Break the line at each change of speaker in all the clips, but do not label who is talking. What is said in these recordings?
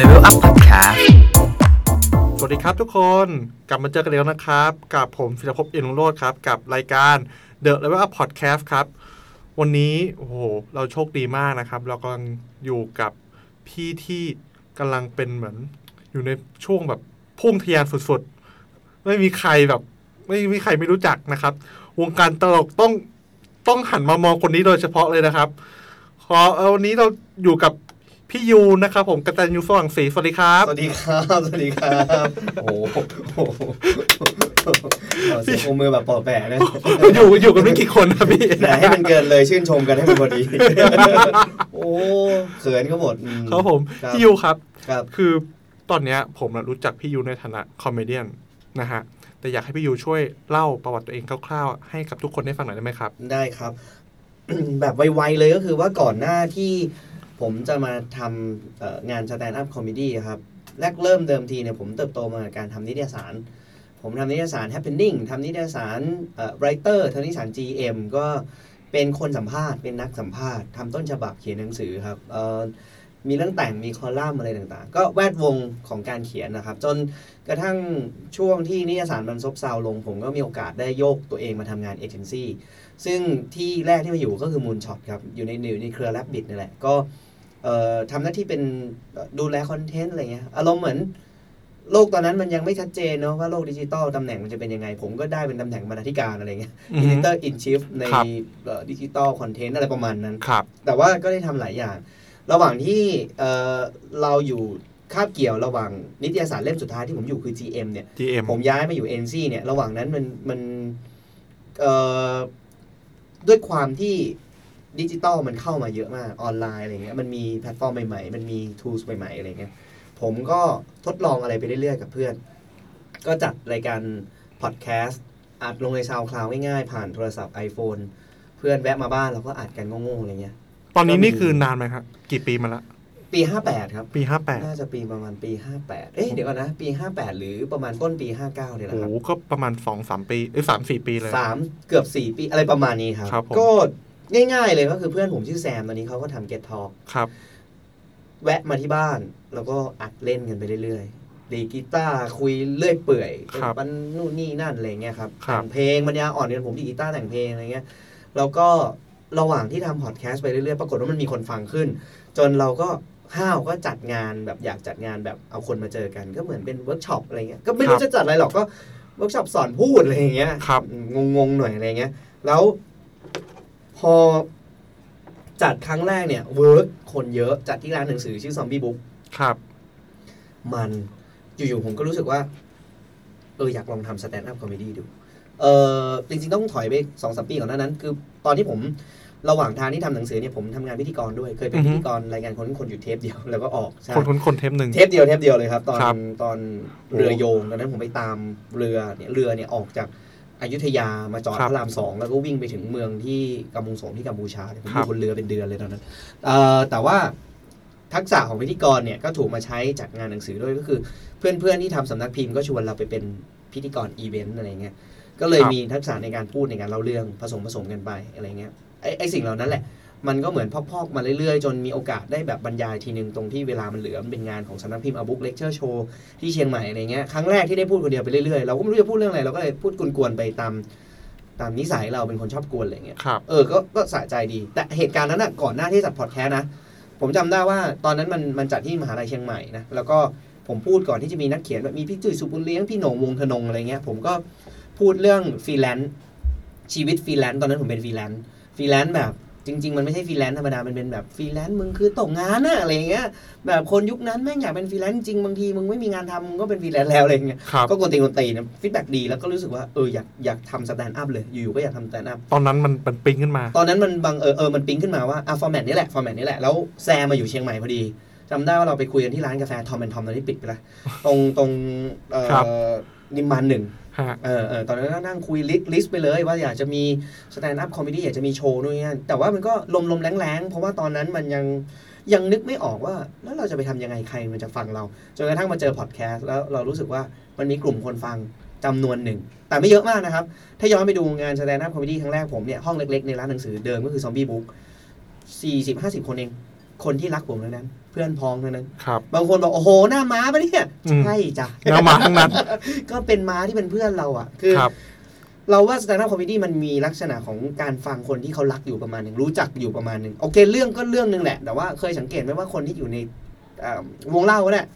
Level Up Podcast
สวัสดีครับทุกคนกลับมาเจอกันอีกแล้วนะครับ กับผมศิลภพเอ็นรุ่งโรดครับ กับรายการ The Level Up Podcast ครับ วันนี้โอ้โหเราโชคดีมากนะครับ เรากำลังอยู่กับพี่ที่กำลังเป็นเหมือน อยู่ในช่วงแบบพุ่งทะยานสุดๆ ไม่มีใครแบบ ไม่มีใครไม่รู้จักนะครับ วงการตลกต้องต้องหันมามองคนนี้โดยเฉพาะเลยนะครับ ขอเอาวันนี้เราอยู่กับพี่ยูนะครับ ผมกตันยูฝรั่งศรีสวัสดีครับ
สวัสดีครับ สวัสดีครับ โอ้โหโอ้โหเสียงโอมือแบบปอแปะเลย
อยู่อยู่กันไม่กี่คนนะพี่
แต่ให้มันเกินเลยชื่นชมกันให้มันพอดี โอ้เขินก็หมดอื
ครับผม
ครับ
พี่ยูครับ
ครับ
คือตอนเนี้ยผมน่ะรู้จักพี่ยูในฐานะคอมเมเดี้นะฮะแต่อยากให้พี่ยูช่วยเล่าประวัติตัวเองคร่าวๆ ให้กับทุกคนได้ฟังหน่อยได้ไหมครับ
ได้ครับ แบบไวๆเลยก็คือว่าก่อนหน้าที่ผมจะมาทำเอ่องานสแตนด์อัพคอมเมดี้ครับ แรกเริ่มเดิมทีเนี่ยผมเติบโตมากับการทำนิตยสาร ผมทำนิตยสาร Happening ทำนิตยสารไรเตอร์ทำนิตยสาร GM ก็เป็นคนสัมภาษณ์ เป็นนักสัมภาษณ์ทำต้นฉบับเขียนหนังสือครับเอ่อมีเรื่องแต่งมีคอลัมน์อะไรต่างๆ ก็แวดวงของการเขียนนะครับ จนกระทั่งช่วงที่นิตยสารมันซบเซาลง ผมก็มีโอกาสได้โยกตัวเองมาทำงานเอเจนซี่ ซึ่งที่แรกที่มาอยู่ก็คือมูลช็อตครับ อยู่ในอยู่ในเครือแลบบิดนี่แหละ ก็เอ่อทำหน้าที่เป็นเอ่อดูแลคอนเทนต์อะไรเงี้ยอารมณ์เหมือน โลกตอนนั้นมันยังไม่ชัดเจนเนาะว่าโลกดิจิตอลตำแหน่งมันจะเป็นยังไง ผมก็ได้เป็นตำแหน่งบรรณาธิการอะไรเงี้ย
อือฮึ
อินเตอร์อินชิฟใน
ครับ
ดิจิตอลคอนเทนต์อะไรประมาณนั้น
ครับ
แต่ว่าก็ได้ทำหลายอย่าง ระหว่างที่เอ่อเราอยู่คาบเกี่ยวระหว่างนิตยสารเล่มสุดท้ายที่ผมอยู่คือ GM เนี่ย
GM
ผมย้ายมาอยู่ NC เนี่ยระหว่างนั้นมันมันเอ่อด้วยความที่ดิจิตอลมันเข้ามาเยอะมากออนไลน์อะไรเงี้ยมันมีแพลตฟอร์มใหม่ๆ มันมีทูสใหม่ๆอะไรเงี้ยผมก็ทดลองอะไรไปเรื่อยๆกับเพื่อน ก็จัดรายการพอดแคสต์อัดลงในซาวคลาวง่ายๆ ผ่านโทรศัพท์ iPhone เพื่อนแวะมาบ้านเราก็อัดกันโง่ๆอะไรเงี้ย
ตอนนี้นี่คือนานไหมครับกี่ปีมาละ
ปี 58 ครับ
ปี 58
น่าจะปีประมาณปี 58 เอ๊ะเดี๋ยวก่อนนะ ปี 58 หรือประมาณต้นปี 59เนี่ยแห
โอ้
ละ
โห
ครับ
ก็ประมาณ 2 3 ปีเอ้ยสามสี่ปีเลย
สามเกือบสี่ปีอะไรประมาณนี้ครับ
ครับผม
ก็ง่ายๆเลยก็คือเพื่อนผมชื่อแซมตอนนี้เขาก็ทำ Get Talk
ครับ
แวะมาที่บ้าน แล้วก็อัดเล่นกันไปเรื่อยๆดีดกีตาร์คุยเลื่อยเปื่อย
ครับ
มันนู่นนี่นั่นอะไรเงี้ยครับ
ครับ
แต่งเพลงบรรยาอ่อนกันผมดีดกีตาร์แต่งเพลงอะไรเงี้ยแล้วก็ระหว่างที่ทำพอดแคสต์ไปเรื่อยๆ ปรากฏว่ามันมีคนฟังขึ้น จนเราก็ห้าวก็จัดงานแบบอยากจัดงานแบบเอาคนมาเจอกันก็เหมือนเป็นเวิร์กช็อปอะไรเงี้ยก็ไม่
ครั
รู้
บ
จะจัดอะไรหรอกก็เวิร์กช็อปสอนพูดอะไรอย่างเงี้ย
ครับ
งงๆหน่อยอะไรเงี้ย แล้วพอจัดครั้งแรกเนี่ยเวิร์กคนเยอะจัดที่ร้านหนังสือชื่อซอมบี้บุ๊ก
ครับ
มันอยู่ๆผมก็รู้สึกว่า เอออยากลองทำสแตนด์อัพคอมเมดี้ดู เออจริงๆต้องถอยไปสองสามปีก่อนหน้านั้น คือตอนที่ผมระหว่างทางที่ทำหนังสือเนี่ยผมทำงานพิธีกรด้วย เคยเป็นพิธีกรรายการคนคนหยุดเทปเดียว แล้วก็ออกใช่
คนคนคนเทปหนึ่ง
เทปเดียวเทปเดียวเลยครับ ตอน
ครับ
ตอนเรือโยงตอนนั้นผมไปตามเรือเนี่ยเรือเนี่ยออกจากอยุธยามาจอด
ครับ
พระรามสองแล้วก็วิ่งไปถึงเมืองที่กัมพูสงที่กัมพูชาเนี่ยผมอ
ครั
ยู่
บ
บนเรือเป็นเดือนเลยตอนนั้นเอ่อแต่ว่าทักษะของพิธีกรเนี่ยก็ถูกมาใช้จัดงานหนังสือด้วยก็คือ เพื่อนๆที่ทำสำนักพิมพ์ก็ชวนเราไปเป็นพิธีกรอีเวนต์อะไรเงี้ยก็เลย
ครับ
มีทักษะในการพูดในการเล่าเรื่องผสมผสมกันไปอะไรเงี้ยไอ้ไอ้สิ่งเหล่านั้นแหละ มันก็เหมือนพอกๆมาเรื่อยๆ จนมีโอกาสได้แบบบรรยายทีนึงตรงที่เวลามันเหลือ มันเป็นงานของสำนักพิมพ์อบุ๊กเลคเชอร์โชว์ที่เชียงใหม่อะไรเงี้ยครั้งแรกที่ได้พูดคนเดียวไปเรื่อยๆ เราก็ไม่รู้จะพูดเรื่องอะไร เราก็เลยพูดกวนๆไปตามตามนิสัยเราเป็นคนชอบกวนอะไรเงี้ย
ครับ
เออก็ก็สะใจดี แต่เหตุการณ์นั้นน่ะก่อนหน้าที่จัดพอดแคสต์นะ ผมจำได้ว่าตอนนั้นมันมันจัดที่มหาลัยเชียงใหม่นะแล้วก็ผมพูดก่อนที่จะมีนักเขียนแบบมีพี่จุ้ยสุบุญเลี้ยงพี่โหน่งวงธนงอะไรเงี้ยผมก็พูดเรื่องฟรีแลนซ์ชีวิตฟรีแลนซ์ตอนนั้นผมเป็นฟรีแลนซ์ฟรีแลนซ์แบบจริง ๆ มันไม่ใช่ฟรีแลนซ์ธรรมดา มันเป็นแบบฟรีแลนซ์มึงคือตกงานอะอะไรเงี้ยแบบคนยุคนั้นแม่งอยากเป็นฟรีแลนซ์จริงบางทีมึงไม่มีงานทำมึงก็เป็นฟรีแลนซ์แล้วอะไรเงี้ย
ครับ
ก็กวนตีนกวนตีนนะฟีดแบ็กดีแล้วก็รู้สึกว่าเอออยากอยากทำสแตนด์อัพเลยอยู่ๆก็อยากทำสแตนด์อัพ
ตอนนั้นมันมันปิ๊งขึ้นมา
ตอนนั้นมันบังเออเออมันปิ๊งขึ้นมาว่าอ่ะฟอร์แมตนี้แหละฟอร์แมตนี้แหละ แล้วแซมมาอยู่เชียงใหม่พอดีจำได้ว่าเราไปคุยกันที่ร้านกาแฟทอมแอนทอมตอนนี้ปิดไปละ ตรงตรงเอ่
ครับ
อนิมมานหนึ่ง
ฮะ
เออเออตอนนั้นก็นั่งคุยลิสลิสไปเลยว่าอยากจะมีสแตนด์อัพคอม y ดี้อยากจะมีโชว์นู่นนี่นั่นแต่ว่ามันก็ลมลมแรงแรงๆ เพราะว่าตอนนั้นมันยังยังนึกไม่ออกว่า แล้วเราจะไปทำยังไงใครมันจะฟังเรา จนกระทั่งมาเจอพอดแคสต์แล้วเรารู้สึกว่ามันมีกลุ่มคนฟังจำนวนหนึ่ง แต่ไม่เยอะมากนะครับ ถ้าย้อนไปดูงานแสดงหน้าคอมเมดี้ครั้งแรกผมเนี่ย ห้องเล็กๆ ในร้านหนังสือเดิมก็คือซอมบี้บุ๊ก 40 50 คนเอง คนที่รักผมทั้งนั้น เพื่อนพ้องทั้งนั้น
ครับ
บางคนบอกโอ้โหหน้าม้าปะเนี่ย
อืม
ใช่จ้ะ
หน้ามาทั้งนั้น
ก็เป็นม้าที่เป็นเพื่อนเราอ่ะ คือ
ครับ
เราว่าสแตนด์อัพคอมเมดี้มันมีลักษณะของการฟังคนที่เขารักอยู่ประมาณหนึ่งรู้จักอยู่ประมาณหนึ่งโอเค เรื่องก็เรื่องหนึ่งแหละ แต่ว่าเคยสังเกตไหมว่าคนที่อยู่ในเอ่อวงเล่าเนี่ย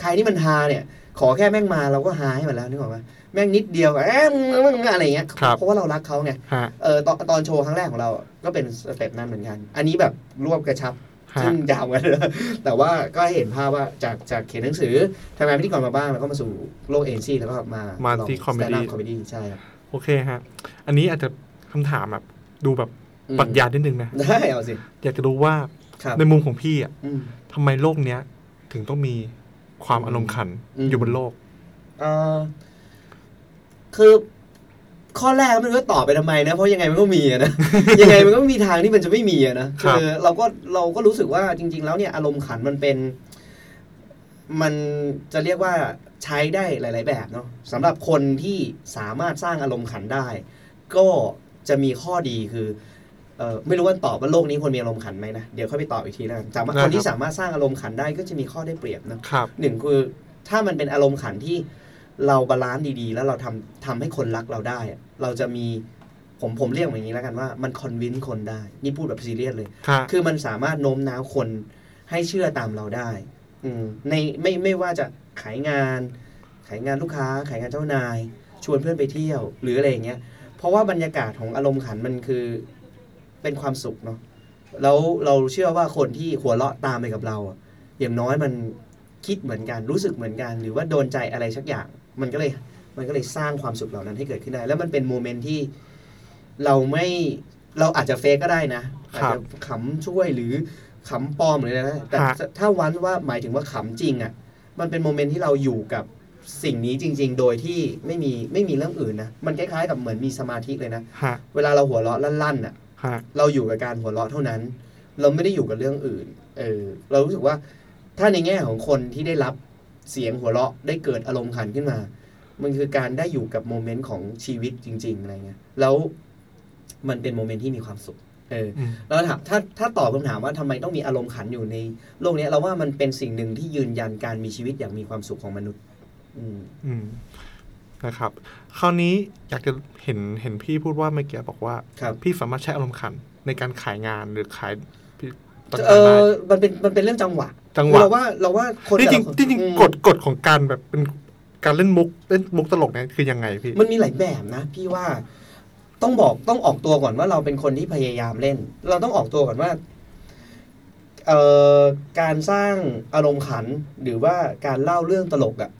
ใครที่มันฮาเนี่ย ขอแค่แม่งมาเราก็ฮาให้หมดแล้วนึกออกไหมแม่งนิดเดียวอะแอะมึงมึงมึงอะไรอย่างเงี้ย
ครับ
เพราะว่าเรารักเขาไง
ฮะ
เออตอนตอนโชว์ครั้งแรกของเราก็เป็นสเต็ปนั้นเหมือนกัน อันนี้แบบรวบกระชับ
ฮะ
ซึ่งยาวกัน เลย แต่ว่าก็ให้เห็นภาพว่าจากจากเขียนหนังสือทำงานพิธีกรมาบ้างแล้วก็มาสู่โลกเอเจนซี่แล้วก็มา
า
มา
ที่ comedy
คอมเมดี้ใช่ครับ
โอเคฮะ อันนี้อาจจะคำถามแบบดูแบบ
อืม
ปรัชญานิดนึงนะ
ได้เอาสิ
อยากจะรู้ว่า
ครับ
ในมุมของพี่อ่ะ
อืม
ทำไมโลกเนี้ยถึงต้องมีความอารมณ์ขัน
อืม
อยู่บนโลก
เอ่อคือข้อแรกไม่รู้จะตอบไปทำไมนะ เพราะยังไงมันก็มี อะนะ ยังไงมันก็มีทางที่มันจะไม่มีอะนะครับ อเราก็เราก็รู้สึกว่าจริง ๆ แล้วเนี่ยอารมณ์ขันมันเป็น มันจะเรียกว่าใช้ได้หลาย ๆ แบบเนาะสำหรับคนที่สามารถสร้างอารมณ์ขันได้ ก็จะมีข้อดีคือเออไม่รู้ว่าตอบว่าโลกนี้คนมีอารมณ์ขันไหมนะเดี๋ยวค่อยไปตอบอีกทีแล้วกันแต่ว่าคนที่สามารถสร้างอารมณ์ขันได้ก็จะมีข้อได้เปรียบเนอะ
ครับ
หนึ่งคือถ้ามันเป็นอารมณ์ขันที่เราบาลานซ์ดีๆ แล้วเราทำทำให้คนรักเราได้อะเราจะมีผมผมเรียกอย่างนี้แล้วกันว่ามันคอนวินคนได้ นี่พูดแบบซีเรียสเลย
ค่ะ
คือมันสามารถโน้มน้าวคนให้เชื่อตามเราได้ อืมในไม่ไม่ว่าจะขายงาน ขายงานลูกค้า ขายงานเจ้านาย ชวนเพื่อนไปเที่ยวหรืออะไรอย่างเงี้ย เพราะว่าบรรยากาศของอารมณ์ขันมันคือเป็นความสุขเนาะแล้วเราเชื่อว่าคนที่หัวเราะตามไปกับเราอะอย่างน้อยมันคิดเหมือนกันรู้สึกเหมือนกัน หรือว่าโดนใจอะไรสักอย่าง มันก็เลยมันก็เลยสร้างความสุขเหล่านั้นให้เกิดขึ้นได้ แล้วมันเป็นโมเมนต์ที่เราไม่เราอาจจะเฟกก็ได้นะอาจ
ครับ
จะขำช่วยหรือขำปลอมหรืออะไรนะแต่
ฮะ
ถ้าวันว่าหมายถึงว่าขำจริงอะ่ะ มันเป็นโมเมนต์ที่เราอยู่กับ สิ่งนี้จริง ๆ โดยที่ไม่มีไม่มีเรื่องอื่นนะ มันคล้ายๆกับเหมือนมีสมาธิเลยนะ
ฮะ
เวลาเราหัวเราะลั่นๆอ่ะ
ฮะ
เราอยู่กับการหัวเราะเท่านั้น เราไม่ได้อยู่กับเรื่องอื่น เออ เรารู้สึกว่าถ้าในแง่ของคนที่ได้รับเสียงหัวเราะได้เกิดอารมณ์ขันขึ้นมา มันคือการได้อยู่กับโมเมนต์ของชีวิตจริง ๆ อะไรเงี้ย แล้วมันเป็นโมเมนต์ที่มีความสุข เออ
อืม
แล้วถามถ้าถ้าตอบคำถามว่าทำไมต้องมีอารมณ์ขันอยู่ในโลกเนี้ยเราว่ามันเป็นสิ่งหนึ่งที่ยืนยันการมีชีวิตอย่างมีความสุขของมนุษย์ อืม
อืมนะครับ คราวนี้อยากจะเห็นเห็นพี่พูดว่าเมื่อกี้บอกว่า
ครับ
พี่สามารถใช้อารมณ์ขันในการขายงานหรือขายต่าง
เอ
ๆได้
อมันเป็น มันเป็นเรื่องจังหวะ
จังหวะ
เราว่า เราว่าคน
นี่จริง
แต่ละคน
จริง
อืม
ๆกฎกฎของการแบบเป็นการเล่นมุกเล่นมุกตลกเนี่ยคือยังไงพี่
มันมีหลายแบบนะ พี่ว่า ต้องบอก ต้องออกตัวก่อนว่าเราเป็นคนที่พยายามเล่น เราต้องออกตัวก่อนว่า เอ่อ การสร้างอารมณ์ขัน หรือว่าการเล่าเรื่องตลกอะ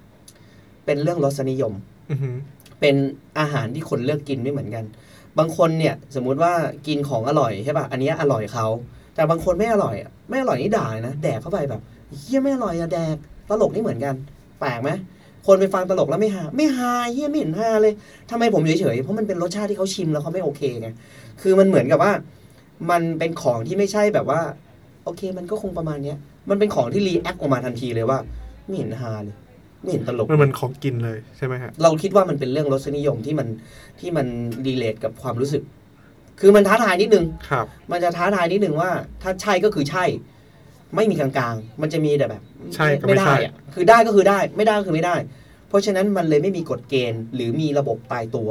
เป็นเรื่องรสนิยม
อือหือ
เป็นอาหารที่คนเลือกกินไม่เหมือนกัน บางคนเนี่ย สมมุติว่ากินของอร่อยใช่ป่ะ อันเนี้ยอร่อยเขา แต่บางคนไม่อร่อยอะไม่อร่อยนี่ด่าเลยนะ แดกเข้าไปแบบเฮียไม่อร่อยอะแดก ตลกนี่เหมือนกัน แปลกไหมคนไปฟังตลกแล้วไม่ฮา ไม่ฮาเฮียไม่เห็นฮาเลยทำไมผมเฉยๆ เพราะมันเป็นรสชาติที่เขาชิมแล้วเขาไม่โอเคไง คือมันเหมือนกับว่า มันเป็นของที่ไม่ใช่แบบว่า โอเค มันก็คงประมาณเนี้ย มันเป็นของที่รีแอคออกมาทันทีเลยว่า ไม่เห็นฮาเลย ไม่เห็นตลก
มันเหมือนของกินเลยใช่ไหมฮะ
เราคิดว่ามันเป็นเรื่องรสนิยมที่มันที่มันรีเลทกับความรู้สึก คือมันท้าทายนิดนึง
ครับ
มันจะท้าทายนิดนึงว่า ถ้าใช่ก็คือใช่ ไม่มีกลางๆ มันจะมีแต่แบบ
ใช่กับไม่
ไม่ได้
ใช่
อะคือได้ก็คือได้ ไม่ได้ก็คือไม่ได้ เพราะฉะนั้นมันเลยไม่มีกฎเกณฑ์ หรือมีระบบตายตัว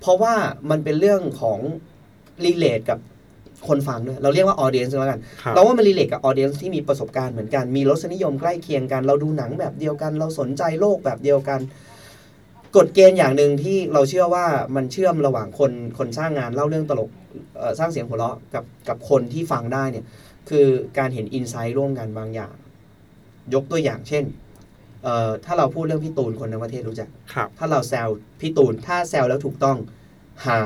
เพราะว่ามันเป็นเรื่องของรีเลทกับคนฟังด้วยเราเรียกว่าออเดียนซ์แล้วกัน
ครับ
เราว่ามันรีเลทกับออเดียนที่มีประสบการณ์เหมือนกัน มีรสนิยมใกล้เคียงกัน เราดูหนังแบบเดียวกัน เราสนใจโลกแบบเดียวกัน กฎเกณฑ์อย่างหนึ่งที่เราเชื่อว่ามันเชื่อมระหว่างคนคนสร้างงานเล่าเรื่องตลกเอ่อสร้างเสียงหัวเราะกับกับคนที่ฟังได้เนี่ย คือการเห็นอินไซต์ร่วมกันบางอย่าง ยกตัวอย่างเช่นเอ่อถ้าเราพูดเรื่องพี่ตูนคนในประเทศรู้จัก
ครับ
ถ้าเราแซวพี่ตูน ถ้าแซวแล้วถูกต้องหา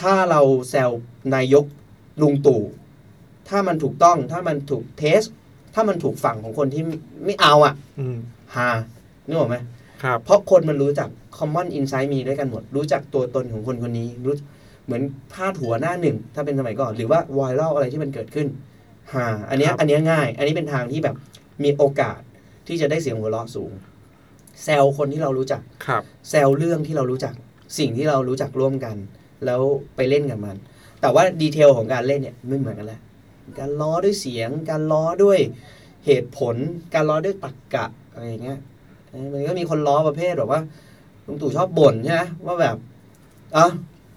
ถ้าเราแซวนายกลุงตู่ ถ้ามันถูกต้อง ถ้ามันถูกเทส ถ้ามันถูกฝั่งของคนที่ไม่เอาอ่ะ
อืม
หานึกออกไหม
ครับ
เพราะคนมันรู้จัก common insight มีด้วยกันหมด รู้จักตัวตนของคนคนนี้รู้เหมือนพาดหัวหน้าหนึ่ง ถ้าเป็นสมัยก่อน หรือว่าไวรัลอะไรที่มันเกิดขึ้นฮ่าอันเนี้ย
ครับ
อันเนี้ยง่าย อันนี้เป็นทางที่แบบมีโอกาสที่จะได้เสียงหัวเราะสูง แซวคนที่เรารู้จัก
ครับ
แซวเรื่องที่เรารู้จักสิ่งที่เรารู้จักร่วมกัน แล้วไปเล่นกับมัน แต่ว่าดีเทลของการเล่นเนี่ยไม่เหมือนกันแหละการล้อด้วยเสียง การล้อด้วยเหตุผล การล้อด้วยตรรกะอะไรอย่างเงี้ยเออมันก็มีคนล้อประเภทแบบว่าลุงตู่ชอบบ่นใช่ไหมว่าแบบอ่ะ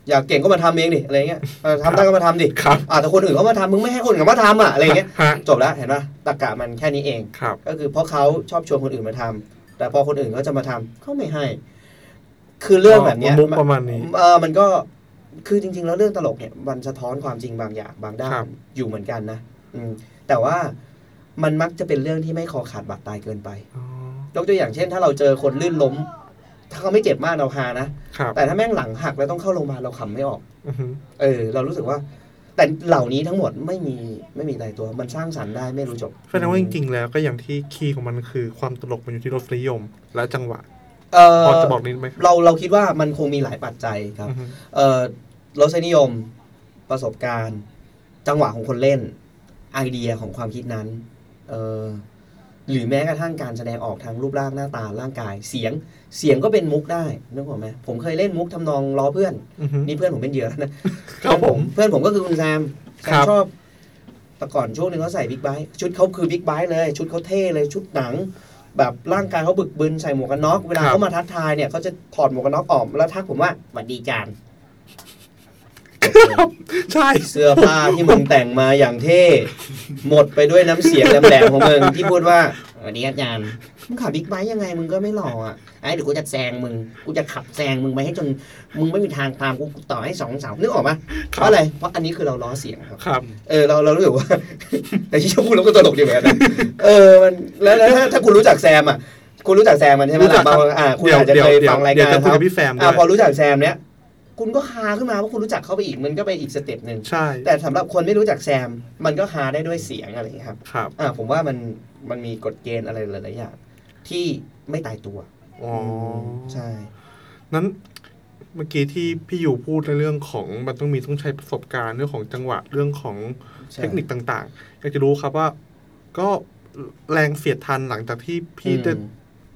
อยากเก่งก็มาทำเองดิอะไรเงี้ยเออทำได้ก็มาทำดิ
ครับ
อ่ะแต่คนอื่นเขามาทำมึงไม่ให้คนอื่นเขามาทำอ่ะอะไรเงี้ย
ฮะ
จบแล้วเห็นป่ะตรรกะมันแค่นี้เอง
ครับ
ก็คือเพราะเขาชอบชวนคนอื่นมาทำแต่พอคนอื่นเขาจะมาทำเขาไม่ให้ คือเรื่องแบบเนี้ย
มุกประมาณนี้
เออมันก็คือจริง ๆ แล้วเรื่องตลกเนี่ยมันสะท้อนความจริงบางอย่างบางด้า
ครั
น
บ
อยู่เหมือนกันนะอืมแต่ว่ามันมักจะเป็นเรื่องที่ไม่คอขาดบาดตายเกินไป
อ๋อย
กตัวอย่างเช่น ถ้าเราเจอคนลื่นล้ม ถ้าเขาไม่เจ็บมากเราฮานะครับ แต่ถ้าแม่งหลังหักแล้วต้องเข้าโรงพยาบาลเราขำไม่ออก
อือหือ
เออ เรารู้สึกว่า แต่เหล่านี้ทั้งหมดไม่มีไม่มีตายตัว มันสร้างสรรค์ได้ไม่รู้จบ
แสดงว่าจริง ๆ แล้วก็อย่างที่คีย์ของมันคือความตลกมันอยู่ที่รสนิยม และจังหวะ
เออ
พอจะบอกนิดไหมครับ
เราเราคิดว่ามันคงมีหลายปัจจัยครับ
อือหือ
เอ่อรสนิยมประสบการณ์ จังหวะของคนเล่น ไอเดียของความคิดนั้นเอ่อหรือแม้กระทั่งการแสดงออกทางรูปร่างหน้าตาร่างกายเสียงเสียงก็เป็นมุกได้นึกออกไหมผมเคยเล่นมุกทำนองล้อเพื่อน
อือหือ
นี่เพื่อนผมเป็นเหยื่อแล้วนะครับ
ผม
เพื่อนผมก็คือคุณแซมแซ
ครั
ม
บ
ชอบแต่ก่อนช่วงหนึ่งเขาใส่บิ๊กไบค์ชุดเขาคือบิ๊กไบค์เลย ชุดเขาเท่เลยชุดหนัง แบบร่างกายเขาบึกบึนใส่หมวกกันน็อกเวลาเขามาทักทายเนี่ยเขาจะถอดหมวกกันน็อกออกแล้วทักผมว่าหวัดดีจาน
ใช่
เสื้อผ้าที่มึงแต่งมาอย่างเท่ หมดไปด้วยน้ำเสียงแหลมๆของมึงที่พูดว่าวันนี้อาจารย์มึงขับบิ๊กไบค์ยังไงมึงก็ไม่หล่ออ่ะไอ้เดี๋ยวกูจะแซงมึงกูจะขับแซงมึงไปให้จนมึงไม่มีทางตามกูกูต่อให้สองสามนึกออกปะเพราะอะไรเพราะอันนี้คือเราล้อเสียงครับ
ครับ
เออเราเรารู้สึกว่า แต่ที่ชอบพูดแล้วก็ตลกดีเหมือ นกันนะเออมันแล้วแล้วถ้าถ้าคุณรู้จักแซมอ่ะคุณรู้จักแซมมันใช่ไหม
รู้จักครับ
ล่ะางอ่าคุณอาจจะ
เดี๋ยว
เคย
เดี๋ยว
ฟังราย
เดี๋ย
กาว ร
จะคุย
เขา
กับพี่แซมด้วย
อ่าพอรู้จักแซมเนี้ยคุณก็ฮาขึ้นมาเพราะคุณรู้จักเขาไปอีกมันก็ไปอีกสเต็ปหนึ่ง
ใช่
แต่สำหรับคนไม่รู้จักแซม มันก็หาได้ด้วยเสียงอะไรอย่างเงี้ยครับ
ครับ
อ่า ผมว่ามันมันมีกฎเกณฑ์อะไรหลายๆอย่างที่ไม่ตายตัว
อ๋อ
มใช่
นั้นเมื่อกี้ที่พี่อยู่พูดในเรื่องของมันต้องมีต้องใช้ประสบการณ์เรื่องของจังหวะเรื่องของ
ใช่
เทคนิคต่างๆ อยากจะรู้ครับว่า ก็แรงเสียดทันหลังจากที่พี่
อืม
จะ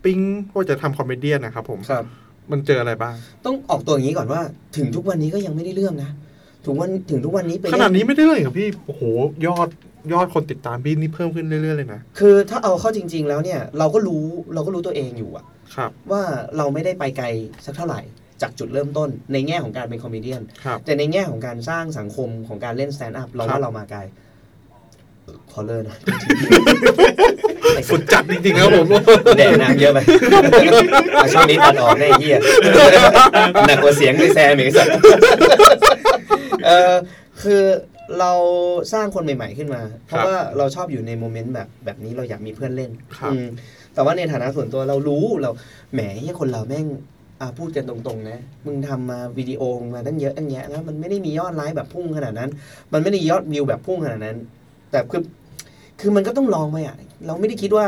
ปิ๊งว่าจะทำคอมเมเดี้นะครับผม
ครับ
มันเจออะไรบ้าง
ต้องออกตัวอย่างนี้ก่อนว่า ถึงทุกวันนี้ก็ยังไม่ได้เรื่องนะถึงวันถึงทุกวันนี้ไป
ข
เล่
นาดนี้ไม่ได้เลยเหรอพี่ โอ้โห ยอดยอดคนติดตามพี่นี่เพิ่มขึ้นเรื่อยๆเลยนะ
คือถ้าเอาเข้าจริง ๆ แล้วเนี่ย เราก็รู้เราก็รู้ตัวเองอยู่อะ
ครับ
ว่าเราไม่ได้ไปไกลสักเท่าไหร่จากจุดเริ่มต้นในแง่ของการเป็นคอมเมเดี้ยน
ครับ
แต่ในแง่ของการสร้างสังคมของการเล่นสแตนด์อัพเรา
ครั
ว่า
บ
เรามาไกลขอเลิกนะ
สุดจัดจริงๆครับผม
แดดน้ำเยอะไป ช่วงนี้ตัดออกได้ไอ้เหี้ยหนักกว่าเสียงด้วยแซมอีกสัก เออคือเราสร้างคนใหม่ ๆขึ้นมา เพราะ
ครับ
ว่าเราชอบอยู่ในโมเมนต์แบบแบบนี้เราอยากมีเพื่อนเล่น
ครับ
อืมแต่ว่าในฐานะส่วนตัวเรารู้เราแหมเหี้ยคนเราแม่งอ่ะพูดกันตรงๆนะ มึงทำมาวิดีโอมาตั้งเยอะตั้งแยะแล้วมันไม่ได้มียอดไลค์แบบพุ่งขนาดนั้น มันไม่ได้ยอดวิวแบบพุ่งขนาดนั้น แต่คือคือมันก็ต้องลองไปอ่ะ เราไม่ได้คิดว่า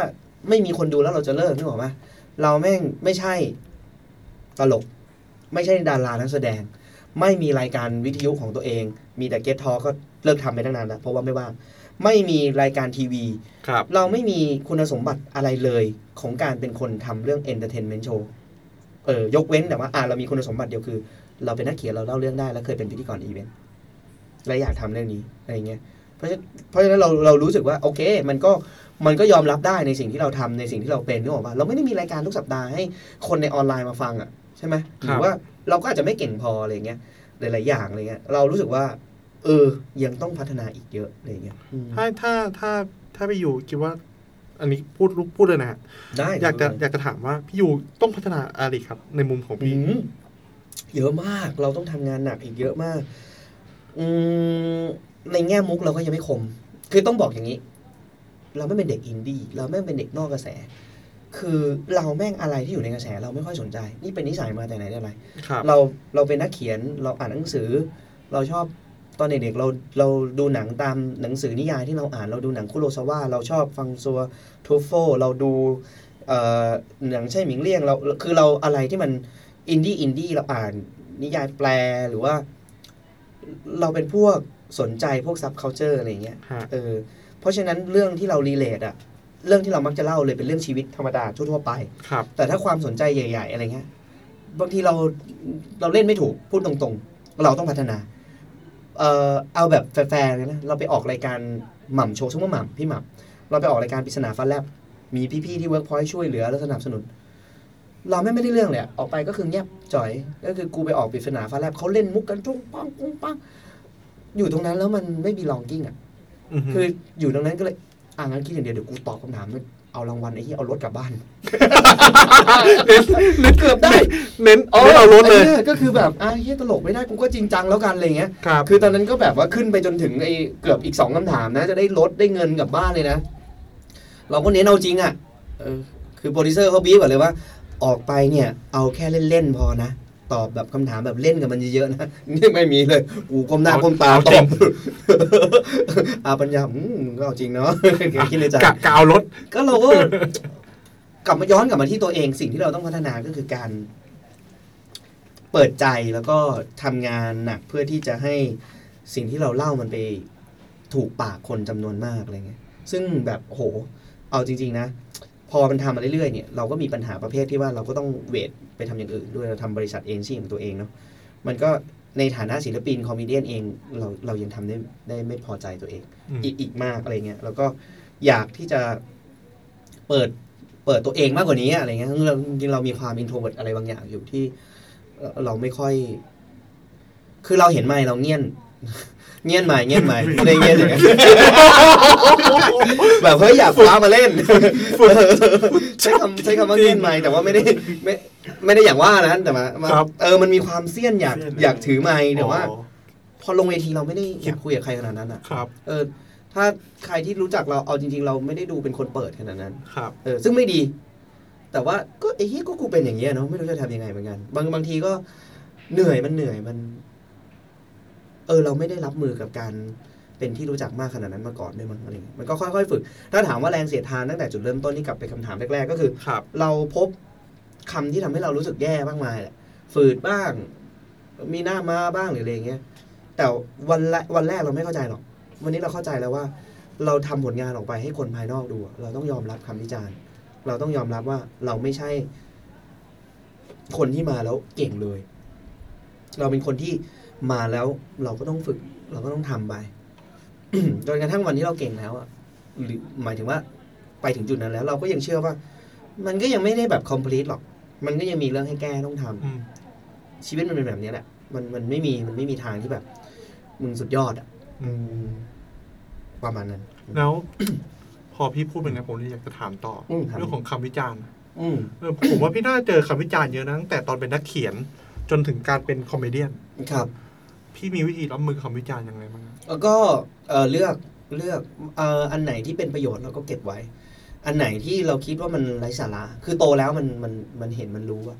ไม่มีคนดูแล้วเราจะเลิกนึกออกปะเราแม่งไม่ใช่ตลก ไม่ใช่ดารานักแสดง ไม่มีรายการวิทยุของตัวเอง มีแต่เก็ตทอก็เลิกทำไปตั้งนานแล้วเพราะว่าไม่ว่างไม่มีรายการทีวี
ครับ
เราไม่มีคุณสมบัติอะไรเลยของการเป็นคนทำเรื่องเอนเตอร์เทนเมนต์โชว์เออยกเว้นแต่ว่าอ่าเรามีคุณสมบัติเดียวคือ เราเป็นนักเขียนเราเล่าเรื่องได้ แล้วเคยเป็นพิธีกรอีเวนต์และอยากทำเรื่องนี้อะไรเงี้ยเพราะฉะเพราะฉะนั้นเราเรารู้สึกว่าโอเค มันก็มันก็ยอมรับได้ในสิ่งที่เราทำในสิ่งที่เราเป็นนึกออกปะเราไม่ได้มีรายการทุกสัปดาห์ให้คนในออนไลน์มาฟังอ่ะใช่ไหมห
ครั
รือบ ว่าเราก็อาจจะไม่เก่งพออะไรเงี้ยหลายๆอย่างอะไรเงี้ยเรารู้สึกว่า เออ ยังต้องพัฒนาอีกเยอะอะไรเงี้ยอืม
ถ้าถ้าถ้าถ้าพี่อยู่คิดว่า อันนี้พูดพูดเลยนะฮะ
ได้
อยากจะอยากจะถามว่าพี่อยู่ต้องพัฒนาอะไรครับ ในมุมของพี่
อืมเยอะมาก เราต้องทำงานหนักอีกเยอะมาก อืมในแง่มุกเราก็ยังไม่คม คือต้องบอกอย่างนี้ เราไม่เป็นเด็กอินดี้ เราไม่เป็นเด็กนอกกระแส คือเราแม่งอะไรที่อยู่ในกระแส เราไม่ค่อยสนใจ นี่เป็นนิสัยมาแต่ไหนแต่ไร
ครับ
เราเราเป็นนักเขียนเราอ่านหนังสือ เราชอบตอนเด็กๆเราเราดูหนังตามหนังสือนิยายที่เราอ่านเราดูหนังคุโรซาวะเราชอบฟังซัวทูโฟเราดูเอ่อหนังใช่หมิงเลี่ยงเราคือเราอะไรที่มันอินดี้อินดี้เราอ่านนิยายแปลหรือว่า เราเป็นพวกสนใจพวกซับเคานเจอร์อะไรอย่างเงี้ย
ฮะ
เออเพราะฉะนั้นเรื่องที่เรารีเลทอะเรื่องที่เรามักจะเล่าเลยเป็นเรื่องชีวิตธรรมดาทั่วๆไป
ครับ
แต่ถ้าความสนใจใหญ่ ๆ อะไรเงี้ยบางทีเราเราเล่นไม่ถูกพูดตรงๆ เราต้องพัฒนา เอ่อเอาแบบแฟร์ๆเลยนะเราไปออกรายการหม่ำโชว์ช่วงว่าหม่ำพี่หม่ำเราไปออกรายการปริศนาฟันแลบมีพี่ๆที่เวิร์กพอยช่วยเหลือและสนับสนุน เราไม่งไม่ได้เรื่องเลยอะออกไปก็คือเงียบจ่อยก็คือกูไปออกปริศนาฟ้าแลบเขาเล่นมุกกันจุ้งปังปุ้งปังอยู่ตรงนั้นแล้วมันไม่มีลองกิ้งอ่ะ
อหื
คือ
อ
อยู่ตรงนั้นก็เลยอ่างั้นคิดอย่างเดียวเดี๋ยวกูตอบคำถามมันเอารางวัลไอ้ที่เอารถกลับบ้าน เกือบได้
เน้นเน้นเอารถเลย
ไนี่ก็คือแบบอ่ะเฮียตลกไม่ได้กูก็จริงจังแล้วกันอะไรเงี้ย
ครับ
คือตอนนั้นก็แบบว่าขึ้นไปจนถึงไอ้เกือบอีกสองคำถามนะ จะได้รถได้เงินกลับบ้านเลยนะ เราก็เน้นเอาจริงอ่ะเออคือโปรดิวเซอร์เขาบีบก่อนเลยว่า ออกไปเนี่ย เอาแค่เล่นๆพอนะ ตอบแบบคำถามแบบเล่นกับมันเยอะๆ นะนี่ไม่มีเลยกูก้มหน้าก้มตาตอบ อาปัญญาอืมมึงก็เอาจริงเนาะ คิดในใจ
กะกะเอารถ
ก็เราก็ กลับมาย้อนกลับมาที่ตัวเองสิ่งที่เราต้องพัฒนาก็คือการ เปิดใจแล้วก็ทำงานหนักเพื่อที่จะให้สิ่งที่เราเล่ามันไปถูกปากคนจำนวนมากอะไรเงี้ยซึ่งแบบโอ้โห เอาจริง ๆ นะ พอมันทำมาเรื่อยๆเนี่ยเราก็มีปัญหาประเภทที่ว่าเราก็ต้องเวทไปทำอย่างอื่นด้วยเราทำบริษัทเองชีของตัวเองเนาะมันก็ในฐานะศิลปินคอมเมเดี้เอง เราเรายังทำได้ได้ไม่พอใจตัวเอง
อืม
อีกอีกมากอะไรเงี้ยแล้วก็อยากที่จะเปิดเปิดตัวเองมากกว่านี้อะไรเงี้ยซึ่งเราจริงๆเรามีความอินโทรเวิร์ตอะไรบางอย่างอยู่ที่เอ่อเราไม่ค่อย คือเราเห็นไม่เราเงียน เงียนไม่เงี ยนไม่อะไรเงี้ยอย่างเงี้ยแบบเฮ้ยอยากคว้ามาเล่น ใช้คำใช้คำว่าเงียนไม่แต่ว่าไม่ได้ไม่ไม่ได้อย่างว่านะแต่ว่าว่า
ครับ
เออมันมีความเสี้ยนอยาก
เสี้ยน
อยากถือไม่แต่ว่า
อ๋อ
พอลงเวทีเราไม่ได้อยากคุยกับใครขนาดนั้นอ่ะ
ครับ
เออถ้าใครที่รู้จักเราเอาจริง ๆ เราไม่ได้ดูเป็นคนเปิดขนาดนั้น
ครับ
เออซึ่งไม่ดี แต่ว่าก็ไอ้เฮียก็กูเป็นอย่างเงี้ยเนาะไม่รู้จะทำยังไงเหมือนกัน บางบางทีก็เหนื่อยมันเหนื่อยมัน เออ เราไม่ได้รับมือกับการเป็นที่รู้จักมากขนาดนั้นมาก่อนด้วยมั้งอะไรเงี้ยมันก็ค่อยๆฝึก ถ้าถามว่าแรงเสียดทานตั้งแต่จุดเริ่มต้นที่กลับไปคำถามแรกๆก็คือ
ครับ
เราพบคำที่ทำให้เรารู้สึกแย่บ้างมายแหละฝืดบ้าง มีหน้ามาบ้างหรืออะไรอย่างเงี้ยแต่วันละวันแรกเราไม่เข้าใจหรอก วันนี้เราเข้าใจแล้วว่า เราทำผลงานออกไปให้คนภายนอกดูอะเราต้องยอมรับคำวิจารณ์ เราต้องยอมรับว่าเราไม่ใช่ คนที่มาแล้วเก่งเลย เราเป็นคนที่มาแล้ว เราก็ต้องฝึก เราก็ต้องทำไป จนกระทั่งวันที่เราเก่งแล้วอะหรือหมายถึงว่า ไปถึงจุดนั้นแล้ว เราก็ยังเชื่อว่า มันก็ยังไม่ได้แบบ complete หรอก มันก็ยังมีเรื่องให้แก้ต้องทำ
อืม
ชีวิตมันเป็นแบบเนี้ยแหละ มันมันไม่มี มันไม่มีทางที่แบบ มึงสุดยอดอะ
อืม
ประมาณนั้น
แล้ว พอพี่พูดไปนะผมเลยอยากจะถามต่ออ
มครับ
เรื่องของคำวิจารณ์
อืม
เออผมว่าพี่น่าเจอคำวิจารณ์เยอะนะตั้งแต่ตอนเป็นนักเขียน จนถึงการเป็นคอมเมเดี้
ครับ
พี่มีวิธีรับมือคำวิจารณ์ยังไงบ้างครับ
แล้วก็เออเลือกเลือกเอออันไหนที่เป็นประโยชน์เราก็เก็บไว้ อันไหนที่เราคิดว่ามันไร้สาระ คือโตแล้วมันมันมันเห็นมันรู้ว่า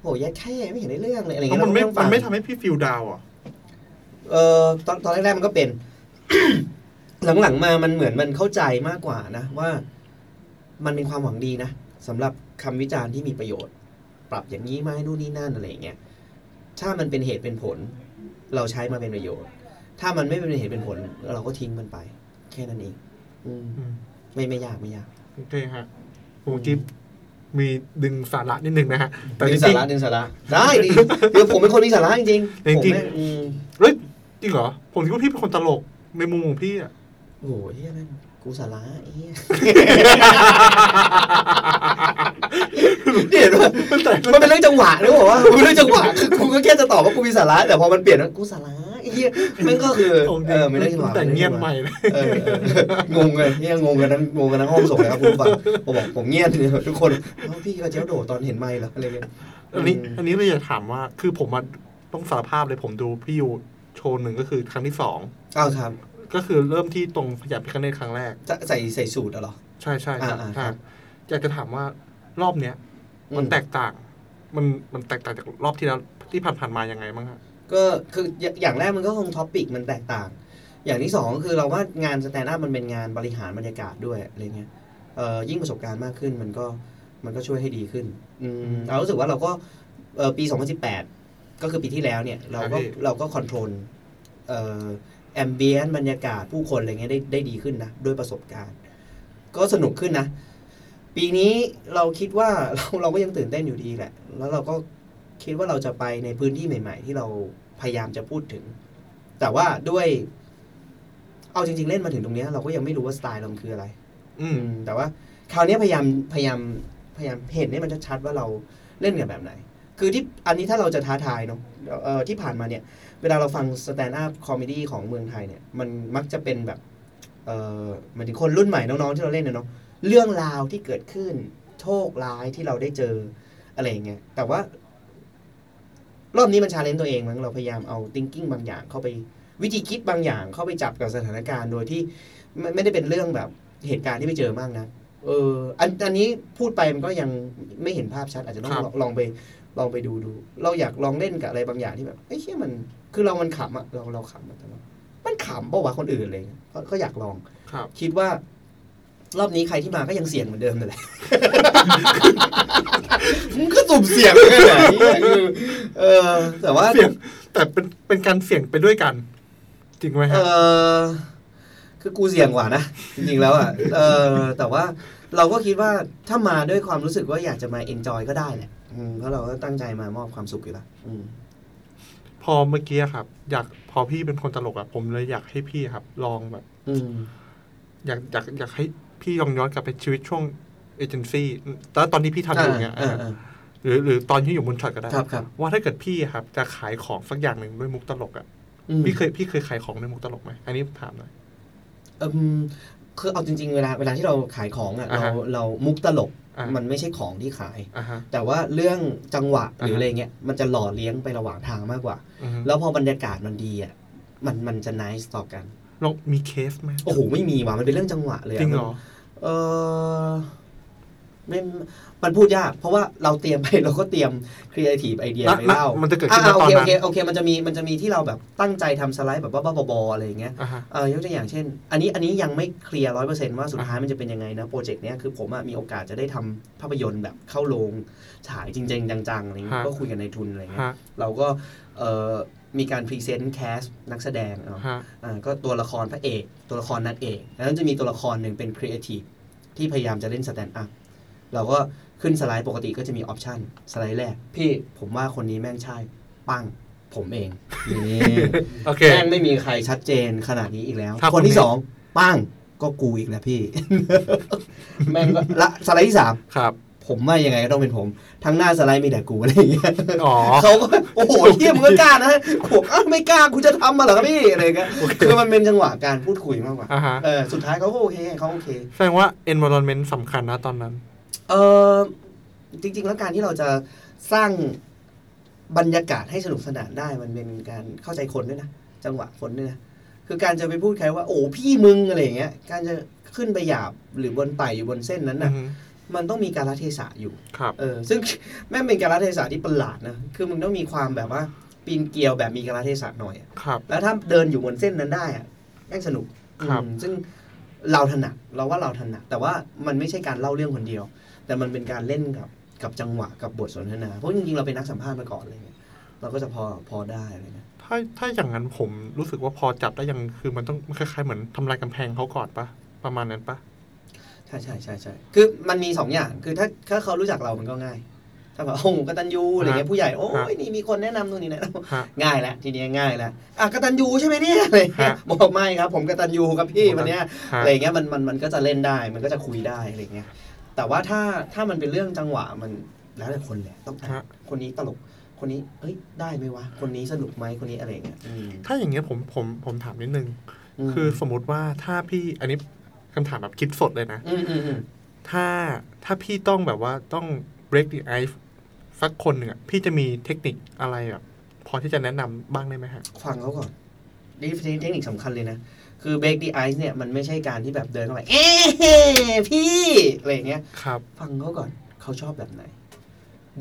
โหยัดแค่ไม่เห็นได้เรื่องเลยอะไร
เพ
เงี้ย
ราะมันไม่
เรา
มั
ต้องฟั
น
ง
ไม่ทำให้พี่ฟิลดาวอ่ะ
เออตอนตอนแรกๆมันก็เป็น หลังๆมามันเหมือนมันเข้าใจมากกว่านะ ว่ามันเป็นความหวังดีนะสำหรับคำวิจารณ์ที่มีประโยชน์ ปรับอย่างนี้ไหมนู่นนี่นั่นอะไรอย่างเงี้ยถ้ามันเป็นเหตุเป็นผล เราใช้มาเป็นประโยชน์ ถ้ามันไม่เป็นเหตุเป็นผล เราก็ทิ้งมันไป แค่นั้นเองอืม
อืม
ไม่ไม่ยากไม่ยาก
โอเคฮะโอ้จิ๊บมีดึงสาระนิดนึงนะฮะ แต่จ
ดึงสา
ริง
ระดึงสาระได้ดิเดี๋ยวผมเป็นคนมีสาระจริงๆผม
จริงๆ
แม่อืม
ๆเฮ้ยจริงเหรอ ผมคิดว่าพี่เป็นคนตลกในมุมของพี่อ่ะ
โอ้ยเฮียแม่งกูสาระไอ้เฮียเดี๋ยวนะมันเป็นเรื่องจังหวะนะบอกว่ามันเป็นเรื่องจังหวะคือกูก็แค่จะตอบว่ากูมีสาระแต่พอมันเปลี่ยนว่ากูสาระไอ้เฮียแมันก็คือเออไม่ได้จังหวะ
แต่เงียบใหม่
เออเอองงเลยเฮียงงกันทั้งงงกันทั้งห้องส่งเลยครับคุณผู้ฟังผมบอกผมเงียบทุกคนเอ้าพี่กระเจียวโดดตอนเห็นไมค์เหรออะไรเงี้ย
อันนี้ อันนี้เลยอยากถามว่า คือผมมาต้องสารภาพเลยผมดูพี่อยู่โชว์หนึ่งก็คือครั้งที่สอง
อ้าวครับ
ก็คือเริ่มที่ตรงพยาพิคเนตครั้งแรก
จะใส่ใส่สูตรเหรอ
ใช่ใช่ครับ
อ่าๆ
ค
ครั
รับบ อยากจะถามว่ารอบเนี้ย มันแตกต่าง มันมันแตกต่างจากรอบที่แล้วที่ผ่านๆมายังไงบ้างฮะ
ก็คืออย่าอย่างแรกมันก็คงท็อปปิกมันแตกต่าง อย่างที่สองก็คือเราว่างานสแตนด์อัพมันเป็นงานบริหารบรรยากาศด้วยอะไรเงี้ยเอ่อยิ่งประสบการณ์มากขึ้นมันก็มันก็ช่วยให้ดีขึ้นอืม
อืม
เรารู้สึกว่าเราก็เอ่อปี 2018 ก็คือปีที่แล้วเนี่ย เรา
ครั
ก็
บพี่
เราก็คอนโทรลเอ่อแอมเบียนบรรยากาศผู้คนอะไรเงี้ยได้ได้ดีขึ้นนะด้วยประสบการณ์ ก็สนุกขึ้นนะ ปีนี้เราคิดว่า เราเราก็ยังตื่นเต้นอยู่ดีแหละ แล้วเราก็คิดว่าเราจะไปในพื้นที่ใหม่ ๆ ที่เราพยายามจะพูดถึง แต่ว่าด้วย เอาจริง ๆ เล่นมาถึงตรงเนี้ยเราก็ยังไม่รู้ว่าสไตล์เรามันคืออะไร
อืม
อืมแต่ว่าคราวเนี้ยพยายามพยายามพยายามเห็นให้มันชัดๆว่าเราเล่นกันแบบไหน คือที่อันนี้ถ้าเราจะท้าทายเนาะเอ่อที่ผ่านมาเนี่ย เวลาเราฟังสแตนด์อัพคอมเมดี้ของเมืองไทยเนี่ย มันมักจะเป็นแบบเอ่อหมายถึงคนรุ่นใหม่น้องๆที่เราเล่นเนี่ยเนาะเรื่องราวที่เกิดขึ้นโชคร้ายที่เราได้เจออะไรอย่างเงี้ยแต่ว่า รอบนี้มันชาเลนจ์ตัวเองมั้งเราพยายามเอา thinking บางอย่างเข้าไป วิธีคิดบางอย่างเข้าไปจับกับสถานการณ์โดยที่ไม่ไม่ได้เป็นเรื่องแบบ เหตุการณ์ที่ไปเจอมากนะเออ อันอันนี้พูดไปมันก็ยังไม่เห็นภาพชัด อาจจะต้อง
ครับ
ลองลองไปลองไปดูดู เราอยากลองเล่นกับอะไรบางอย่างที่แบบเอ้ยเชี่ยมัน คือเรามันขำอะเราเราขำอะแต่ว่ามันขำเปล่าวะคนอื่นอะไรเลยก็ก็อยากลอง
ครับ
คิดว่า รอบนี้ใครที่มาก็ยังเสี่ยงเหมือนเดิมนั่นแหละ มึงก็สุ่มเสี่ยงเหมือนกันเหรอเนี่ยคือเออ แต่ว่า
เสี่ยง แต่เป็นเป็นการเสี่ยงไปด้วยกัน จริงไหม
เอ
ฮะ
อคือกูเสี่ยงกว่านะ จริงๆแล้วอ่ะเออแต่ว่าเราก็คิดว่าถ้ามาด้วยความรู้สึกว่าอยากจะมาเอนจอยก็ได้แหละอืมเพราะเราก็ตั้งใจมามอบความสุขอยู่และอืม
พอเมื่อกี้ครับ อยากพอพี่เป็นคนตลกอะผมเลยอยากให้พี่ครับ ลองแบบ
อืม
อยากอยากอยากให้พี่ลองย้อนกลับไปชีวิตช่วงเอเจนซี่ตอนตอนที่พี่ทำอยู่เนี่ย
อ่าอ่า
หรือหรือตอนที่อยู่บนช็อตก็ได้
ครับครับ
ว่าถ้าเกิดพี่ครับ จะขายของสักอย่างหนึ่งด้วยมุกตลกอะ
อืม
พี่เคยพี่เคยขายของด้วยมุกตลกไหมอันนี้ถามหน่อย
เอมคือเอาจริง ๆ เวลาเวลาที่เราขายของอ่ะ
อ่า
เรา
ฮะ
เรามุกตลก
อ่ามั
มันไม่ใช่ของที่ขาย
อ่าฮะ
แต่ว่าเรื่องจังหวะหรือ
ฮะ
อะไรเงี้ยมันจะหล่อเลี้ยงไประหว่างทางมากกว่า
อือฮึ
แล้วพอบรรยากาศมันดีอ่ะมันมันจะน i c e ต่อกัน
ลองมีเคสไหม
โอ้โหไม่มีว่ะมันเป็นเรื่องจังหวะเลยะ
จริงเหรอ
มันเออไม่มันพูดยาก เพราะว่าเราเตรียมไป เราก็เตรียมครีเอทีฟไอเดีย
นะ
ไปเล่า
นะมั
มัน
จะเกิดขึ้นณ
โอ
ตอน
เค
นั้
โอน เคโอเค มันจะมีมันจะมีที่เราแบบตั้งใจทำสไลด์แบบบ้าๆบอๆอะไรอย่างเงี้ย
อ่าฮะ
เอ่อยกตัวอย่างเช่น อันนี้อันนี้ยังไม่เคลียร์ร้อยเปอร์เซ็นต์ว่าสุด
อ่ะ
ท้ายมันจะเป็นยังไงนะโปรเจกต์เนี้ยคือผมอะมีโอกาสจะได้ทำภาพยนตร์แบบเข้าโรงฉายจริง ๆ จังๆอะไรเงี้ยก็คุยกันในทุนอะไรเงี้ย
ฮะ
เราก็เอ่อมีการพรีเซนต์แคสนักแสดงเนาะ
ฮะ
อ่าก็ตัวละครพระเอก ตัวละครนัดเอกแล้วจะมีตัวละครหนึ่งเป็นครีเอทีฟที่พยายามจะเล่นสแตนด์อัพเราก็ขึ้นสไลด์ปกติก็จะมีออปชันสไลด์แรก พี่ผมว่าคนนี้แม่งใช่ปั้งผมเองนี่
โอเค
แม่งไม่มีใครชัดเจนขนาดนี้อีกแล้ว
ถ้า
คน
คนนี้
ที่สองปั้งก็กูอีกแล้วพี่ แม่งก็ละสไลด์ที่สาม
ครับ
ผมว่ายังไงก็ต้องเป็นผม ทั้งหน้าสไลด์มีแต่กูอะไรอย่างเงี้ย
อ๋อ
เขาก็โอ้โหเที่ยมงก็กล้านะผมอ้าวไม่กล้ากูจะทำมาเหรอพี่อะไรเงี้ยคือมันเป็นจังหวะการพูดคุยมากกว่า
อ่าฮะ
เออสุดท้ายเขาก็โอเคเขาโอเค
แสดงว่า environment สำคัญนะตอนนั้น
เออจริง ๆ แล้วการที่เราจะสร้างบรรยากาศให้สนุกสนานได้มันเป็นการเข้าใจคนด้วยนะ จังหวะคนด้วยนะ คือการจะไปพูดใครว่าโอ้พี่มึงอะไรอย่างเงี้ย การจะขึ้นไปหยาบหรือบนไต่อยู่บนเส้นนั้น
อื
นะ
อฮึ
มันต้องมีการละเทศะอยู่
ครับ
เออซึ่ง แม่งเป็นการละเทศะที่ประหลาดนะคือมึงต้องมีความแบบว่า ปีนเกลียวแบบมีการละเทศะหน่อยอะ
ครับ
แล้วถ้าเดินอยู่บนเส้นนั้นได้อะแม่งสนุก
ครับ
อืมซึ่งเราถนัดเราว่าเราถนัดแต่ว่ามันไม่ใช่การเล่าเรื่องคนเดียว แต่มันเป็นการเล่นกับกับจังหวะกับบทสนทนา เพราะจริงๆเราเป็นนักสัมภาษณ์มาก่อนอะไรเงี้ยเราก็จะพอพอได้อะไรเงี้ย
ถ้าถ้าอย่างนั้นผมรู้สึกว่าพอจับได้ยังคือมันต้องมันคล้ายๆเหมือนทำลายกำแพงเขาก่อนปะประมาณนั้นปะ
ใช่ใช่ใช่ใช่คือมันมีสองอย่าง คือถ้าถ้าเขารู้จักเรามันก็ง่าย ถ้าแบบโอ้โหกตันยูอะไรเงี้ยผู้ใหญ่ โอ้ยนี่มีคนแนะนำนู่นนี่แนะน
ฮะ
ำง่ายแล้วทีเนี้ยง่ายแล้วอ่ะกตันยูใช่ไหมเนี่ยอะไรเงี้ย
ฮะ
บอกไม่ครับ ผมกตันยูครับพี่วันเนี้ย
ฮะ
อะไรอย่างเงี้ยมันมันมันก็จะเล่นได้มันก็จะคุยได้อะไรอย่างเงี้ยแต่ว่าถ้าถ้ามันเป็นเรื่องจังหวะมันแล้วแต่คนแหละต้องอ่ะ
ฮะ
คนนี้ตลกคนนี้เอ้ยได้ไหมวะคนนี้สนุกไหมคนนี้อะไรอย่างเงี้ยอืม
ถ้าอย่างเงี้ยผมผมผมถามนิดนึง
ม
คือสมมติว่าถ้าพี่อันนี้คำถามแบบคิดสดเลยนะ
อืมอืมอืม
ถ้าถ้าพี่ต้องแบบว่าต้อง break the ice สักคนหนึ่งอะพี่จะมีเทคนิคอะไรแบบพอที่จะแนะนำบ้างได้ไหมฮะ
ฟังเขาก่อนนี่เป็นเทคนิคสำคัญเลยนะ คือ break the ice เนี่ยมันไม่ใช่การที่แบบเดินเข้าไปเอ๊ะพี่อะไรอย่างเงี้ย
ครับ
ฟังเขาก่อนเขาชอบแบบไหน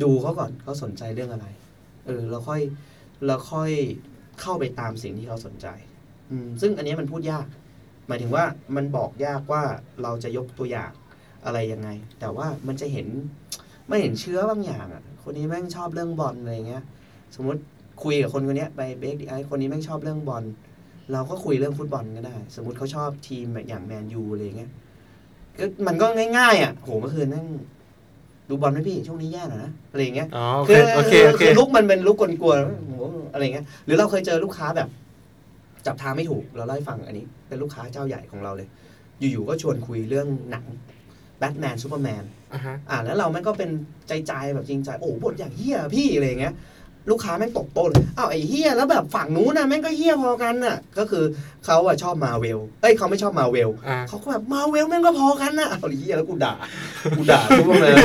ดูเขาก่อนเขาสนใจเรื่องอะไร เออเราค่อยเราค่อยเข้าไปตามสิ่งที่เขาสนใจ อืมซึ่งอันเนี้ยมันพูดยาก หมายถึงว่ามันบอกยากว่าเราจะยกตัวอย่างอะไรยังไง แต่ว่ามันจะเห็นไม่เห็นเชื้อบางอย่างอ่ะ คนนี้แม่งชอบเรื่องบอลอะไรเงี้ย สมมติคุยกับคนคนเนี้ยไปเบรกดิไอคนนี้แม่งชอบเรื่องบอลเราก็คุยเรื่องฟุตบอลก็ได้ สมมติเขาชอบทีมแบบอย่างแมนยูอะไรเงี้ย ก็มันก็ง่ายๆอ่ะ โหเมื่อคืนนั่งดูบอลไหมพี่ ช่วงนี้แย่หน่อยนะ อะไรอย่างเงี้ย
อ๋อ โอเค โอเค โอเค
คือลุกมันเป็นลุกกลวนๆโหอะไรเงี้ย หรือเราเคยเจอลูกค้าแบบ จับทางไม่ถูกเราเล่าให้ฟังอันนี้ เป็นลูกค้าเจ้าใหญ่ของเราเลย อยู่ๆก็ชวนคุยเรื่องหนังแบทแมนซูเปอร์แมน
อ่ะฮะ
อ่าแล้วเราแม่งก็เป็นใจใจๆแบบจริงใจโอ้บทอย่างเฮียพี่อะไรอย่างเงี้ย ลูกค้าแม่งตบโต้เลยอ้าวไอ้เฮียแล้วแบบฝั่งนู้นน่ะแม่งก็เฮียพอกันน่ะ ก็คือเขาอะชอบมาเวลเอ้ยเขาไม่ชอบมาเวล
อ่า
เขาก็แบบมาเวลแม่งก็พอกันน่ะเอาไอ้เฮียแล้วกูด่ากูด่าทุกคนเลย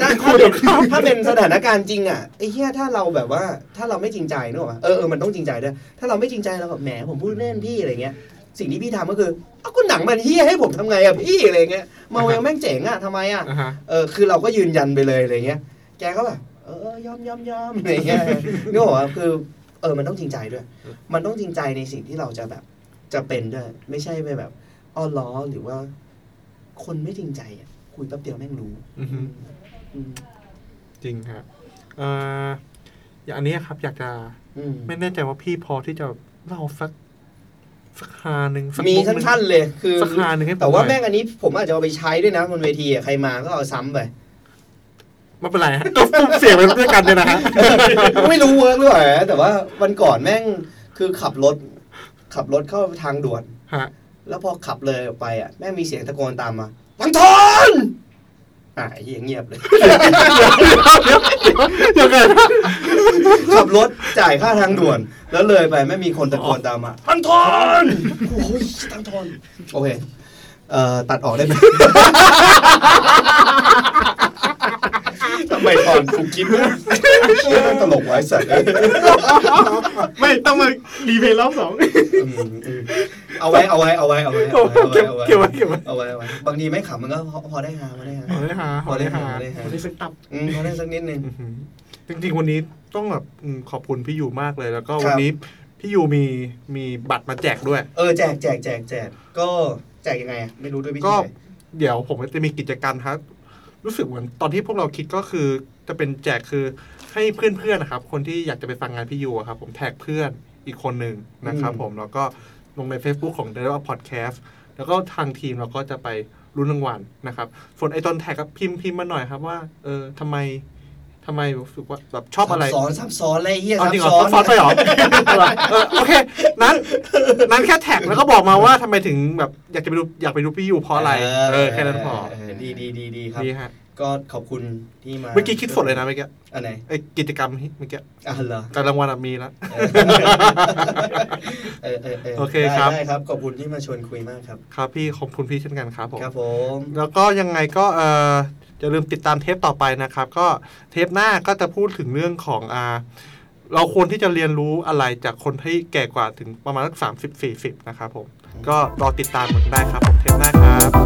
ถ้า เป็นถ้าเป็นสถานการณ์จริงอะไอ้เฮียถ้าเราแบบว่าถ้าเราไม่จริงใจนึกออกปะเออเออมันต้องจริงใจด้วยถ้าเราไม่จริงใจเราแบบแหมผมพูดเล่นพี่อะไรเงี้ย สิ่งที่พี่ทำก็คือเอาก็หนังมันเฮียให้ผมทำไงอะพี่อะไรเงี้ยมาเวลแม่งเจ๋งอะทำไมอะ
อ่ะฮะ
เออคือเราก็ยืนยันไปเลยอะไรเงี้ย แกก็แบบเออเออยอมยอมยอมอะไรเงี้ยนึกออกว่าคือเออมันต้องจริงใจด้วย มันต้องจริงใจในสิ่งที่เราจะแบบจะเป็นด้วย ไม่ใช่ไปแบบอ้อล้อหรือว่า คนไม่จริงใจอ่ะคุยแป๊บเดียวแม่งรู้
อือฮึ
อืม
จริงครับเอ่ออย่างอันเนี้ยครับ อยากจะ
อืม
ไม่แน่ใจว่าพี่พอที่จะเล่าสักสักฮาหนึ่งสัก
มี
มุกห
สั้นๆเลยคือ
สักฮาหนึ่งให้ผม
แต่
ห
ว่า
น่อ
แม่
ย
งอันนี้ผมอาจจะเอาไปใช้ด้วยนะบนเวทีอะใครมาก็เอาซ้ำ ไป
ไม่เป็นไรฮะก็ก็เสียงไปด้วยกันเนี่ยนะฮะ
ไม่รู้เวิร์กหรือเปล่านะแต่ว่าวันก่อนแม่งคือขับรถ ขับรถเข้าทางด่วน
ฮะ
แล้วพอขับเลยออกไปอ่ะแม่งมีเสียงตะโกนตามมาวังทอนอ่ะไอ้เหี้ยเงียบเลย
ยังไงนะ
ขับรถจ่ายค่าทางด่วน แล้วเลยไปไม่งมีคนตะโกนตามมาวังทอนโอ้ยวังทอนโอเคเอ่อตัดออกได้ไหม ทำไมตอนกูคิดว่าเชี่ยมันตลกไวะไอ้สัตว์เอ้ย
ไม่ต้องมารีเพลย์รอบสอง
อืมอืมเอาไว้เอาไว้เอาไว้เอาไว้เอาไว้เอาไว้
เก็บ
เอาไว้
เก็บไว้เก็บไว้
เอาไว้เอาไว้บางทีไม่ขำมันก็พอพอได้ฮาพอได้ฮา
ขอได้หาขอได้หา
ได้ฮะ
ได้สักตับ
อืมพอได้สักนิดนึง
อื้อหือจริงๆวันนี้ต้องแบบอืมขอบคุณพี่ยูมากเลย แล้วก็
ค
วั
รั
น
บ
นี้พี่ยูมีมีบัตรมาแจกด้วย
เออแจกแจกแจกแจกก็แจกยังไงอะไม่รู้ด้วยวิธี
ก็
ไหน
เดี๋ยวผมจะมีกิจกรรมครับ รู้สึกเหมือนตอนที่พวกเราคิดก็คือ จะเป็นแจกคือให้เพื่อนๆนะครับ คนที่อยากจะไปฟังงานพี่ยูอะครับ ผมแท็กเพื่อนอีกคนหนึ่งนะครับ ผมแล้วก็ลงใน Facebook ของ d e v e l Podcast แล้วก็ทางทีมเราก็จะไปรุ้นรางวัลนะครับส่วนไอตอนแท็กครับพิมพ์พิมพ์มาหน่อยครับว่า เออทำไมทำไมรู้สึกว่าแบบชอบอะไร
ซัซ้อนซับซ้อนอะไรเฮีย
เอา
ซับ
จริงเหร
ซ้
อ
อน
ฟอนต์ไปเหรอเออโอเค นั้น นั้นแค่แท็กแล้วก็บอกมาว่าทำไมถึงแบบอยากจะไปดูอยากไปดูพี่ยูเพราะอะไร เออแค่นั้นพอ
เเดีดีดีดีครับ
ดีฮะ
ก็ขอบคุณที่มา
เมื่อกี้คิดสดเลยนะเมื่อกี้
อันไหน
ไอ้กิจกรรมเมื่อกี้
อ่ะเหรอ
แต่รางวัลอะมีแล้ว
เออเออเออ
โอเคครับ
ได้ได้ครับ ขอบคุณที่มาชวนคุยมากครับ
ครับพี่ขอบคุณพี่เช่นกันครับผม
ครับผม
แล้วก็ยังไงก็เอออย่าลืมติดตามเทปต่อไปนะครับ ก็เทปหน้าก็จะพูดถึงเรื่องของอ่าเราควรที่จะเรียนรู้อะไรจากคนที่แก่กว่าถึงประมาณสักสามสิบสี่สิบนะครับผม ก็รอติดตามกันได้ครับผมเทปหน้าครับ